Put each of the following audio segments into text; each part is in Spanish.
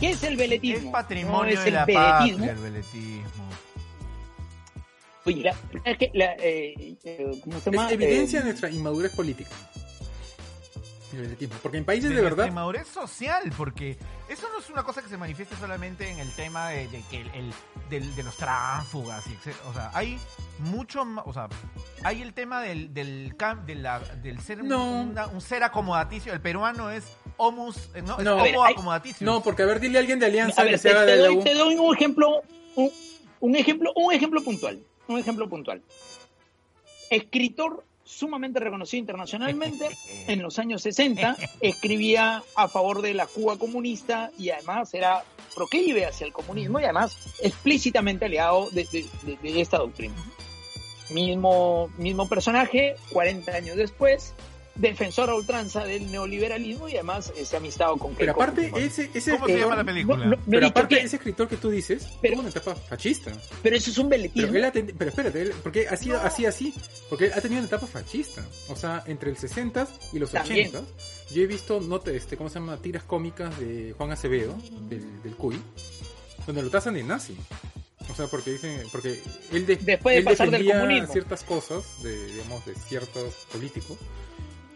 ¿Qué es el veletismo? Es patrimonio No, es de el la veletismo. patria, el veletismo. Oye, la, es que la, eh, eh, ¿cómo se llama? Es evidencia de Eh, nuestra inmadurez política. El veletismo. Porque en países De de nuestra verdad. inmadurez social, porque eso no es una cosa que se manifieste solamente en el tema de, de que el, el- del- de los tránsfugas y etc. O sea, hay mucho más, o sea, hay el tema del, del, cam- de la- del ser un- No. una- un ser acomodaticio. El peruano es homus, eh, no, es No. homo A ver, hay- acomodaticio. No, porque a ver, dile a alguien de Alianza a ver, que te, se haga te de la doy, U. te doy un ejemplo, un, un ejemplo, un ejemplo puntual, un ejemplo puntual. Escritor sumamente reconocido internacionalmente, en los años 60 escribía a favor de la Cuba comunista y además era proclive hacia el comunismo y además explícitamente aliado de, de- de- de esta doctrina. Mismo, mismo personaje, 40 años después, defensor a ultranza del neoliberalismo y además ese amistado con Pero Keiko aparte, Fujimori. Eh, ese, ese ¿Cómo se llama escritor. la película? No- no- no he Pero dicho aparte, quién, ese escritor que tú dices, Pero- pero, una etapa fascista. pero eso es un Pero veletismo. él ha tenido- pero espérate, él- porque ha sido así, así. Porque él ha tenido una etapa fascista. O sea, entre el 60 y los También. 80 yo he visto, no te- este, ¿cómo se llama? Tiras cómicas de Juan Acevedo, del, del CUI, donde lo tasan de nazi. O sea, porque dicen, porque él, de- Después de él pasar del defendía comunismo. ciertas cosas, de, digamos, de ciertos políticos,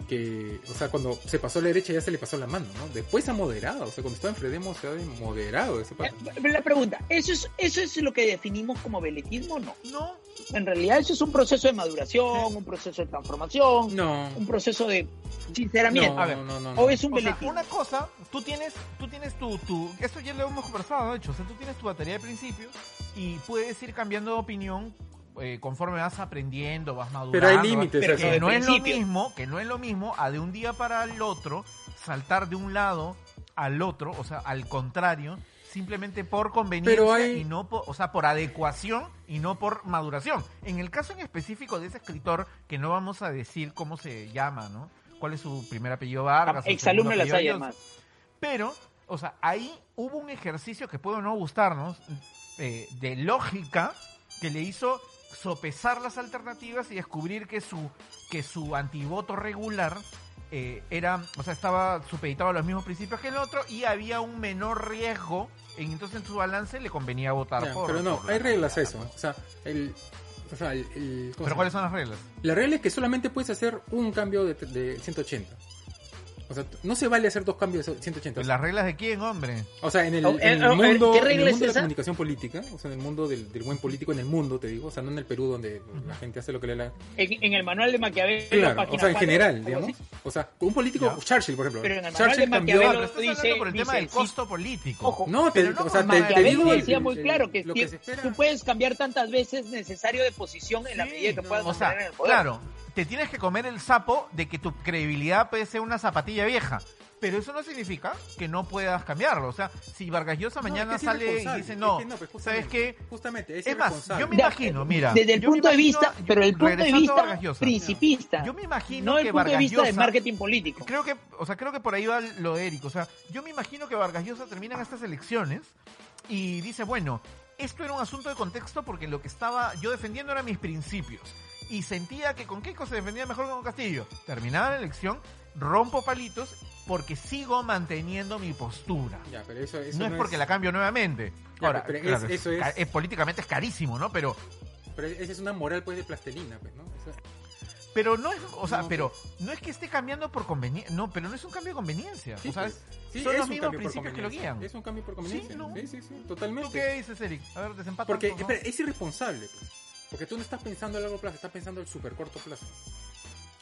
que, o sea, cuando se pasó a la derecha ya se le pasó la mano, ¿no? Después ha moderado, o sea, cuando estaba en Fredemo se ha moderado ese Eh, paso. pero La pregunta, ¿eso es, ¿eso es lo que definimos como veletismo o no? No, En realidad eso es un proceso de maduración, un proceso de transformación, No, un proceso de sinceramiento. no, a ver, no, no, no. O es un O sea, veletismo. una cosa, tú tienes, tú tienes tu, tu, esto ya lo hemos conversado, de hecho, o sea, tú tienes tu batería de principios y puedes ir cambiando de opinión eh, conforme vas aprendiendo, vas madurando. Pero hay vas- límites, pero o sea, Que de no es lo principio. mismo, que no es lo mismo a de un día para el otro saltar de un lado al otro, o sea, al contrario, simplemente por conveniencia Pero hay- y no por, o sea, por adecuación y no por maduración. En el caso en específico de ese escritor, que no vamos a decir cómo se llama, ¿no? ¿Cuál es su primer apellido Vargas? su Exalumno de segundo las apellido hay Dios? además. Pero, o sea, ahí hubo un ejercicio que puede o no gustarnos eh, de lógica que le hizo sopesar las alternativas y descubrir que su, que su antivoto regular eh, era, o sea, estaba supeditado a los mismos principios que el otro y había un menor riesgo. En, entonces, en su balance le convenía votar Ya, por. pero no, por la hay reglas a candidata, eso. pues. O sea, el. O sea, el, el- ¿cómo Pero se ¿cuáles son llama? las reglas? La regla es que solamente puedes hacer un cambio de, de 180. O sea, no se vale hacer dos cambios de 180. ¿Las reglas de quién, hombre? O sea, en el, Oh, en eh, el oh, eh, mundo, ¿qué en el regla es mundo de esa? la comunicación política, o sea, en el mundo del, del buen político, en el mundo, te digo, o sea, no en el Perú donde la gente hace lo que le da. En, en el manual de Maquiavelo. Claro, página o sea, en cuatro, general, algo digamos. así. O sea, un político, Ya. Churchill, por ejemplo. Pero en el manual de Churchill cambió. Pero Maquiavelo estás dice- hablando por el tema dice, del sí. costo político. Ojo, No, te, Pero no, o sea, te, te Maquiavelo digo. el- decía muy el- claro que, lo ti- se espera- tú puedes cambiar tantas veces necesario de posición en la Sí, medida que puedas o sea, mantener en el poder. Claro, te tienes que comer el sapo de que tu credibilidad puede ser una zapatilla vieja. Pero eso no significa que no puedas cambiarlo. O sea, si Vargas Llosa No, mañana es que es sale y irresponsable. dice no, Es que pues, ¿sabes qué? justamente, Justamente, es, Es más, yo me irresponsable. Ya, imagino, mira. Desde el yo me punto de imagino- vista, yo- pero el punto de regresando a vista Vargas Llosa, principista, Yo me imagino no el que punto de Vargas vista de Llosa- marketing político. Creo que, o sea, creo que por ahí va lo de Eric. O sea, yo me imagino que Vargas Llosa termina en estas elecciones y dice, bueno, esto era un asunto de contexto porque lo que estaba yo defendiendo eran mis principios. Y sentía que con Keiko se defendía mejor que con Castillo. Terminaba la elección, rompo palitos porque sigo manteniendo mi postura. Ya, pero eso, eso No es porque la cambio nuevamente. Ya, Ahora, pero es- claro, eso es- ca- políticamente es carísimo, ¿no? Pero Pero esa es una moral pues de plastelina, pues, ¿no? Eso- pero no es, o sea, No. pero no es que esté cambiando por conveniencia, no, pero no es un cambio de conveniencia. sí, o sea, es- pues, sí, son es los mismos un cambio por principios que lo conveniencia. guían. Es un cambio por conveniencia. Sí, ¿no? Sí, sí, sí, ¿Tú qué totalmente. dices, Eric? A ver, desempata. Porque, un poco. espera, es irresponsable, pues. Porque tú no estás pensando a largo plazo, estás pensando al súper corto plazo.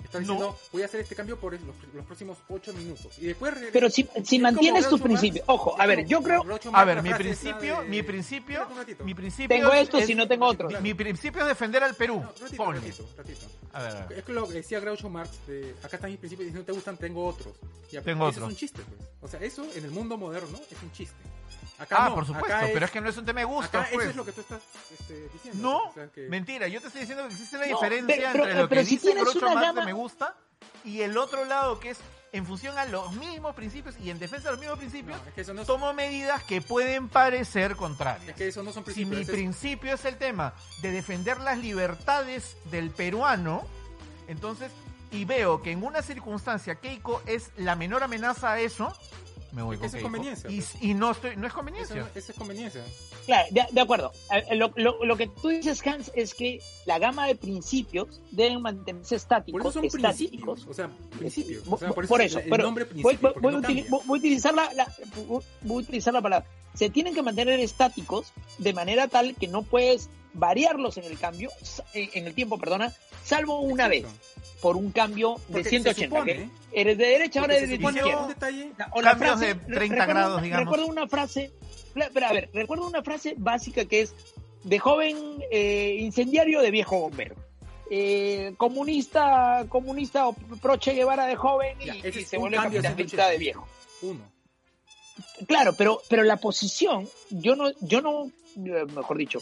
está diciendo, voy a hacer este cambio por los, los próximos ocho minutos. Y después regresa. Pero si, si Es mantienes como tus Groucho Marx. principios, ojo, a Es ver, como yo creo, Groucho A Marx, ver, la mi frase principio, esa de- mi principio, Espérate un ratito. mi principio. tengo esto es- si no tengo otro. Claro. Mi principio es defender al Perú. No, ratito, Ponle. ratito, ratito. A ver, a ver. Es que lo que decía Groucho Marx, de, acá están mis principios y si no te gustan, tengo otros. Ya, Tengo eso otros. es un chiste, pues. O sea, eso en el mundo moderno es un chiste. Acá Ah, no, por supuesto, acá pero es que no es un tema de gusto. acá pues. eso es lo que tú estás este, diciendo. No, o sea, que- mentira, yo te estoy diciendo que existe la No, diferencia pero- pero- entre lo que pero si dice tienes Groucho una Marx de gama- me gusta y el otro lado que es en función a los mismos principios y en defensa de los mismos principios, no, es que eso no es- tomo medidas que pueden parecer es contrarias. que eso no son Si principios. mi es- principio es el tema de defender las libertades del peruano, entonces, y veo que en una circunstancia Keiko es la menor amenaza a eso, me voy Es con que eso es Keiko. conveniencia, Y, pues. y no estoy, no es eso conveniencia. no- eso es conveniencia. claro, de, de acuerdo. Eh, Lo, lo- lo que tú dices, Hans, es que la gama de principios deben mantenerse Por estáticos. eso son estáticos. principios. O sea, principios. Vo- O sea, por eso, por eso, el pero nombre Voy, principio. voy- porque voy a no utili- cambia. voy- voy a utilizar la, la- voy- voy a utilizar la palabra. Se tienen que mantener estáticos de manera tal que no puedes variarlos en el cambio, sa- eh, en el tiempo, perdona, salvo una Exacto. vez por un cambio de Porque se 180. supone- que eres de derecha, ahora porque se eres de supone izquierda. un detalle La- o la Cambios frase- de 30 recuerdo grados, una- digamos. Recuerdo una frase, la- pero a ver, recuerdo una frase básica que es de joven eh, incendiario de viejo bombero. Eh, comunista, comunista o pro Che Guevara de joven y, Ya, ese y es se un vuelve cambio de capitalista 180. de viejo. uno. Claro, pero, pero la posición, yo no, yo no, eh, mejor dicho,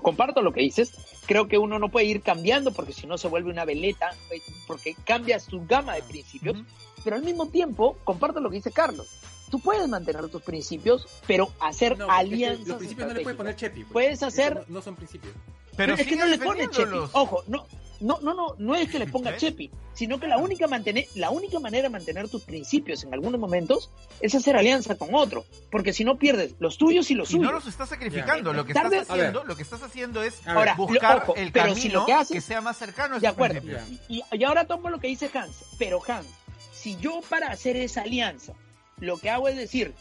comparto lo que dices. Creo que uno no puede ir cambiando porque si no se vuelve una veleta, eh, porque cambias tu gama Ah, de principios Ujú. pero al mismo tiempo comparto lo que dice Carlos. Tú puedes mantener tus principios, pero hacer No, porque es que alianzas. Los principios no le estratégicas. puedes poner chepi. pues. Puedes Eso hacer- No, no son principios. Pero es que sigue no le pone chepi. defendiéndolos. ¿Eh? Ojo, no, no, no, no, no es que le ponga ¿Ves? chepi, sino Ah. que la única mantener, la única manera de mantener tus principios en algunos momentos es hacer alianza con otro, porque si no pierdes los tuyos y los Y suyos. no los estás sacrificando, Ya. lo que Tal estás vez- haciendo, lo que estás haciendo es A ver, Ahora, lo- buscar ojo, el pero camino si lo que haces, sea más cercano a De esos acuerdo. principios. Y, y ahora tomo lo que dice Hans, pero Hans, si yo para hacer esa alianza, lo que hago es decir,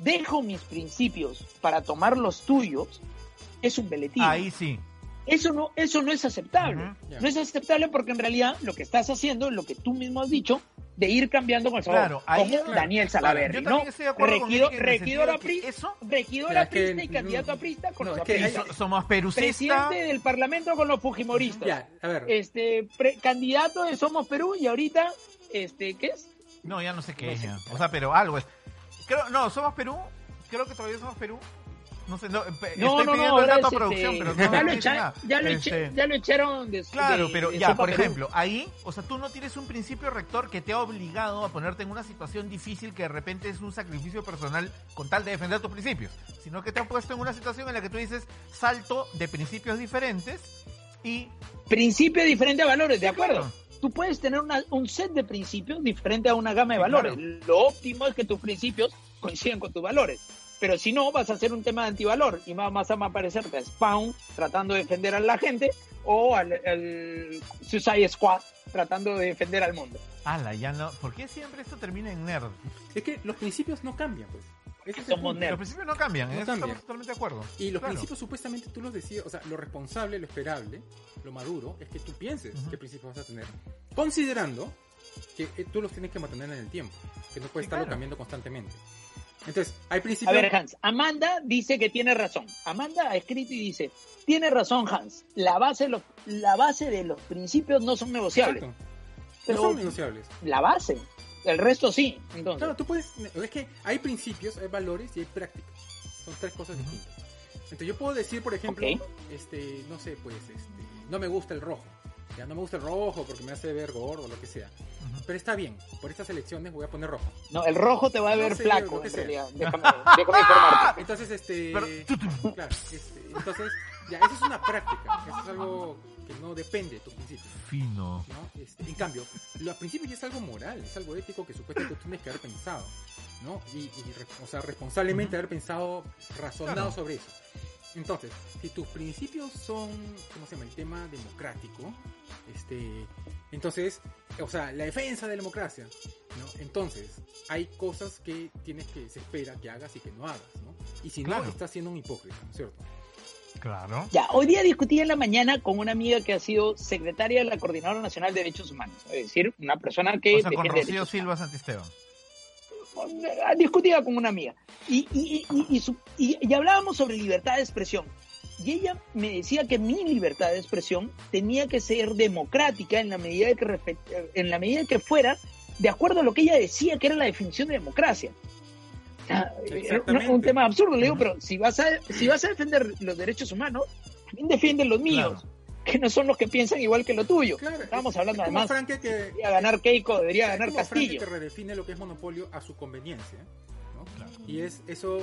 dejo mis principios para tomar los tuyos, es un veletismo. Ahí sí. Eso no, eso no es aceptable. Ujú. Ya. No es aceptable porque en realidad lo que estás haciendo, lo que tú mismo has dicho, de ir cambiando con el sabor, Claro, ahí- como claro. Daniel Salaverri, Yo ¿no? también estoy de acuerdo con Requido- Eric en el sentido Requidor de que Apri- eso, Regidor Pero es que aprista y no- candidato aprista con no, los es que y hay- apristas. so- somos perucistas. Presidente del Parlamento con los fujimoristas Ya, a ver. este pre- candidato de Somos Perú y ahorita este qué es No, ya no sé qué No es. sé. ya. O sea, pero algo es. Creo, no, somos Perú. Creo que todavía somos Perú. No sé, no, pe- no estoy no no pidiendo el ahora es, dato a producción, este, pero no, ya no lo dice echa- nada. ya lo echa- Este, ya lo echaron de Claro, de- pero de ya, Sopa por Perú. ejemplo, ahí, o sea, tú no tienes un principio rector que te ha obligado a ponerte en una situación difícil que de repente es un sacrificio personal con tal de defender tus principios, sino que te ha puesto en una situación en la que tú dices salto de principios diferentes y... principio diferente a valores de acuerdo Claro. tú puedes tener una- un set de principios diferente a una gama de Sí, valores lo óptimo es que tus principios coincidan con tus valores pero si no, vas a hacer un tema de antivalor y más, más a parecerte a Spawn tratando de defender a la gente o al, al Suicide Squad tratando de defender al mundo. Ala, ya no... ¿Por qué siempre esto termina en nerd? Es que los principios no cambian, pues. Ese es el Somos punto. Nerd. Los principios no cambian, en No eso estamos cambian. totalmente de acuerdo. Y los Claro. principios supuestamente tú los decides, o sea, lo responsable, lo esperable, lo maduro, es que tú pienses Ujú. qué principios vas a tener, considerando que eh, tú los tienes que mantener en el tiempo, que no puedes Sí, estarlo claro. cambiando constantemente. Entonces, hay A principios... ver, Hans, Amanda dice que tiene razón. Amanda ha escrito y dice, tiene razón, Hans. La base, de los- la base de los principios no son negociables. Exacto. Pero- No son negociables. La base. El resto sí. Entonces, Claro, tú puedes. Es que hay principios, hay valores y hay prácticas. Son tres cosas distintas. Entonces, yo puedo decir, por ejemplo, Ok. este, no sé, pues, este, no me gusta el rojo. Ya no me gusta el rojo porque me hace ver gordo o lo que sea. Ujú. Pero está bien, por estas elecciones voy a poner rojo. no, el rojo te va a No ver sé, flaco, lo que en sea. realidad. Déjame, déjame informarte. Entonces, este. Pero- tu, tu. Claro, este, entonces, ya, eso es una práctica. Eso es algo que no depende de tu principio. Fino. ¿no? Este, en cambio, lo, al principio ya es algo moral, es algo ético que supuestamente tú tienes que haber pensado, ¿no? Y, y re- o sea, responsablemente Ujú. haber pensado, razonado Claro. sobre eso. Entonces, si tus principios son, ¿cómo se llama? El tema democrático, este, entonces, o sea, la defensa de la democracia, ¿no? Entonces, hay cosas que tienes que, se espera que hagas y que no hagas, ¿no? Y si Claro. no, estás siendo un hipócrita, ¿no es cierto? Claro. Ya, hoy día discutí en la mañana con una amiga que ha sido secretaria de la Coordinadora Nacional de Derechos Humanos, es decir, una persona que O sea, con defiende Rocío derechos Silva Santisteban. Ah, discutía con una amiga y, y, y, y- y su- y- y hablábamos sobre libertad de expresión. Y ella me decía que mi libertad de expresión tenía que ser democrática en la medida de que, refe- en la medida que fuera de acuerdo a lo que ella decía que era la definición de democracia. O sea, era un- Exactamente. un tema absurdo, le digo, pero si vas a, si vas a defender los derechos humanos, también defienden los míos, que no son los que piensan igual que lo tuyo. Claro, Estábamos es- hablando es como además, Franke que, Debería ganar Keiko, debería es ganar como Franke Castillo. que redefine lo que es monopolio a su conveniencia. ¿no? Claro. Y es eso.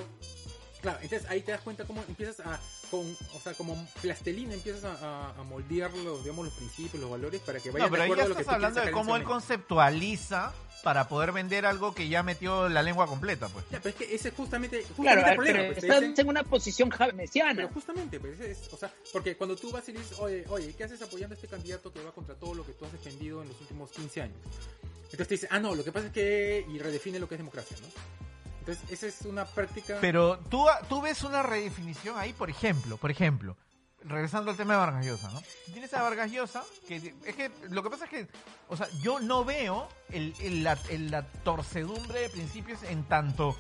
Claro, entonces ahí te das cuenta cómo empiezas a. Con, o sea, como plastelina empiezas a, a- a moldear los, digamos, los principios, los valores para que vayan No, pero de ahí acuerdo ya a lo que estás tú quieres hablando de sacar cómo él en ese momento. conceptualiza para poder vender algo que ya metió la lengua completa, pues. Ya, pero es que ese es justamente, justamente Claro, el problema. pero pues, te estás dicen- en una posición Pero mesiana. justamente, pues, es- o sea, porque cuando tú vas y le dices, oye, oye, ¿qué haces apoyando a este candidato que va contra todo lo que tú has defendido en los últimos 15 años? Entonces te dice, ah, no, lo que pasa es que. Y redefine lo que es democracia, ¿no? Entonces, esa es una práctica. Pero tú, tú ves una redefinición ahí, por ejemplo, por ejemplo, regresando al tema de Vargas Llosa, ¿no? Tienes a Vargas Llosa, que es que lo que pasa es que, o sea, yo no veo el, el- la, el- la torcedumbre de principios en tanto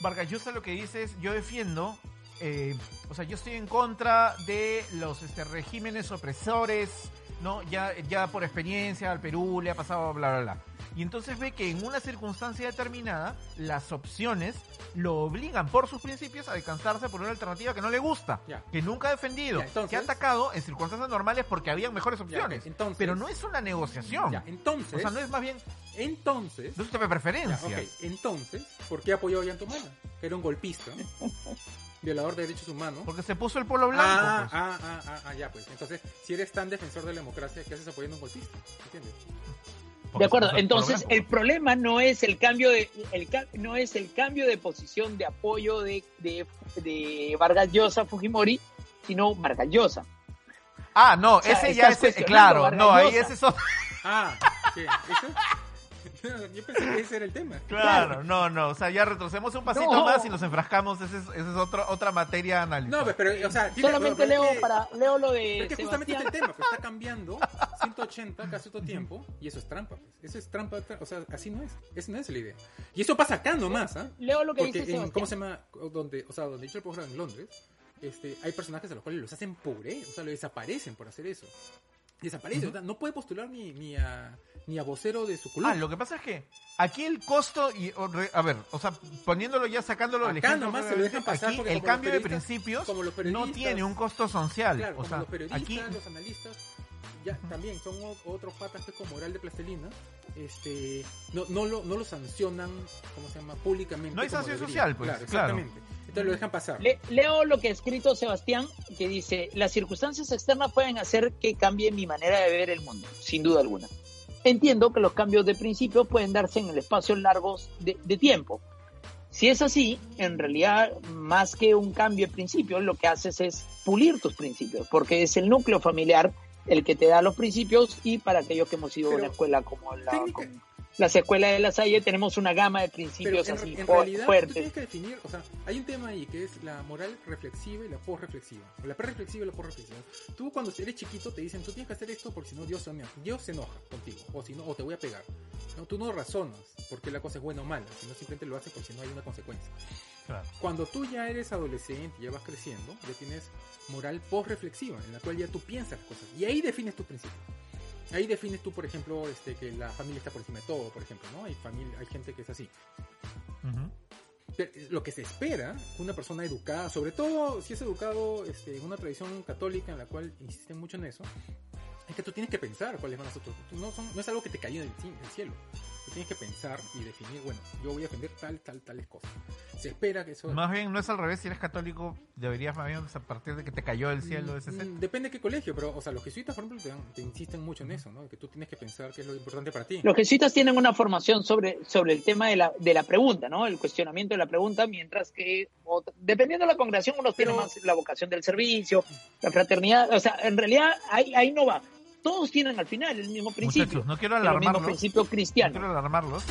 Vargas Llosa lo que dice es, yo defiendo, eh, o sea, yo estoy en contra de los este, regímenes opresores, ¿no? Ya, ya por experiencia al Perú le ha pasado bla, bla, bla. Y entonces ve que en una circunstancia determinada las opciones lo obligan por sus principios a alcanzarse por una alternativa que no le gusta, Ya. que nunca ha defendido, Ya, entonces- que ha atacado en circunstancias normales porque habían mejores Ya, opciones. entonces, pero no es una negociación. ya, entonces, o sea, no es más bien, entonces, no es un tema de ya, preferencia. ok, entonces, ¿por qué apoyó a Yantumana? Que era un golpista, violador de derechos humanos. Porque se puso el polo blanco. Ah, pues. ah, ah, ah, ah, ya, pues. Entonces, si eres tan defensor de la democracia, ¿qué haces apoyando a un golpista? ¿Entiendes? De Porque se acuerdo, puso el polo entonces blanco, el pues. problema no es el cambio de el ca- no es el cambio de posición de apoyo de, de, de Vargas Llosa a Fujimori, sino Vargas Llosa. Ah, no, sea, ese ya estás es, eh, cuestionando claro, Vargas no, ahí Llosa. ese es otro. Ah, ¿qué? ¿Eso? Yo pensé que ese era el tema. Claro, no, no, o sea, ya retrocedemos un pasito No. más y nos enfrascamos, esa es, esa es otro- otra materia a analizar. No, pues, pero, o sea, tiene- Solamente pero leo es que- para leo lo pero de Es que justamente Sebastián. este es el tema, pues, está cambiando 180 casi todo tiempo y eso es trampa. pues. Eso es trampa, tra- o sea, así no es. Esa no es la idea. Y eso pasa acá nomás, ¿ah? Leo lo que Porque dice Sebastián. en, ¿cómo se llama? Donde, o sea, donde he hecho el programa en Londres, este, hay personajes a los cuales los hacen pobre, o sea, lo desaparecen por hacer eso. Desaparecen, o sea, no puede postular ni, ni, a, ni a vocero de su color. Ah, lo que pasa es que aquí el costo, y o re- a ver, o sea, poniéndolo ya, sacándolo del Acá ejemplo, nomás que se lo dejan obviamente, pasar aquí porque el como los cambio de periodistas- principios como los no periodistas- tiene un costo social. Claro, o como sea, los periodistas, aquí los analistas, ya también son o- otros patas que como oral de plastelina, este, no, no, lo, no lo sancionan, ¿cómo se llama? Públicamente. No hay como sanción debería. social, pues, claro. exactamente. Entonces lo dejan pasar. Le- leo lo que ha escrito Sebastián, que dice, las circunstancias externas pueden hacer que cambie mi manera de ver el mundo, sin duda alguna. Entiendo que los cambios de principio pueden darse en el espacio largos de, de tiempo. Si es así, en realidad, más que un cambio de principio, lo que haces es pulir tus principios, porque es el núcleo familiar el que te da los principios y para aquellos que hemos ido a Pero, una escuela como la... técnica- como las escuelas de la Salle tenemos una gama de Pero principios en, así en fu- realidad tú fuertes. tienes que definir, o sea, hay un tema ahí que es la moral reflexiva y la post-reflexiva. O La pre-reflexiva y la post-reflexiva. Tú cuando eres chiquito te dicen, tú tienes que hacer esto porque si no Dios se, enoja- Dios se enoja contigo, o si no, o te voy a pegar. No, tú no razonas porque la cosa es buena o mala, sino simplemente lo haces porque si no hay una consecuencia. Claro. Cuando tú ya eres adolescente, ya vas creciendo, ya tienes moral post-reflexiva, en la cual ya tú piensas las cosas. Y ahí defines tus principios. Ahí defines tú, por ejemplo, este, que la familia está por encima de todo, por ejemplo, ¿no? Hay, familia, hay gente que es así. Ujú. Pero, eh, lo que se espera que una persona educada, sobre todo si es educado este, en una tradición católica en la cual insisten mucho en eso, es que tú tienes que pensar cuáles van a ser tus... tú No, son- no es algo que te cayó del ci- del cielo. Tú tienes que pensar y definir, bueno, yo voy a defender tal, tal, tales cosas. Se espera que eso... Más bien, no es al revés, si eres católico, deberías más bien a partir de que te cayó el cielo ese Mm, set. Depende de qué colegio, pero, o sea, los jesuitas, por ejemplo, te, dan- te insisten mucho en eso, ¿no? Que tú tienes que pensar qué es lo importante para ti. Los jesuitas tienen una formación sobre, sobre el tema de la, de la pregunta, ¿no? El cuestionamiento de la pregunta, mientras que, ot- dependiendo de la congregación, unos tienen Pero- más la vocación del servicio, la fraternidad, o sea, en realidad ahí, ahí no va. Todos tienen al final el mismo principio, Muchachos, no quiero el mismo alarmarlos. principio No cristiano. quiero alarmarlos.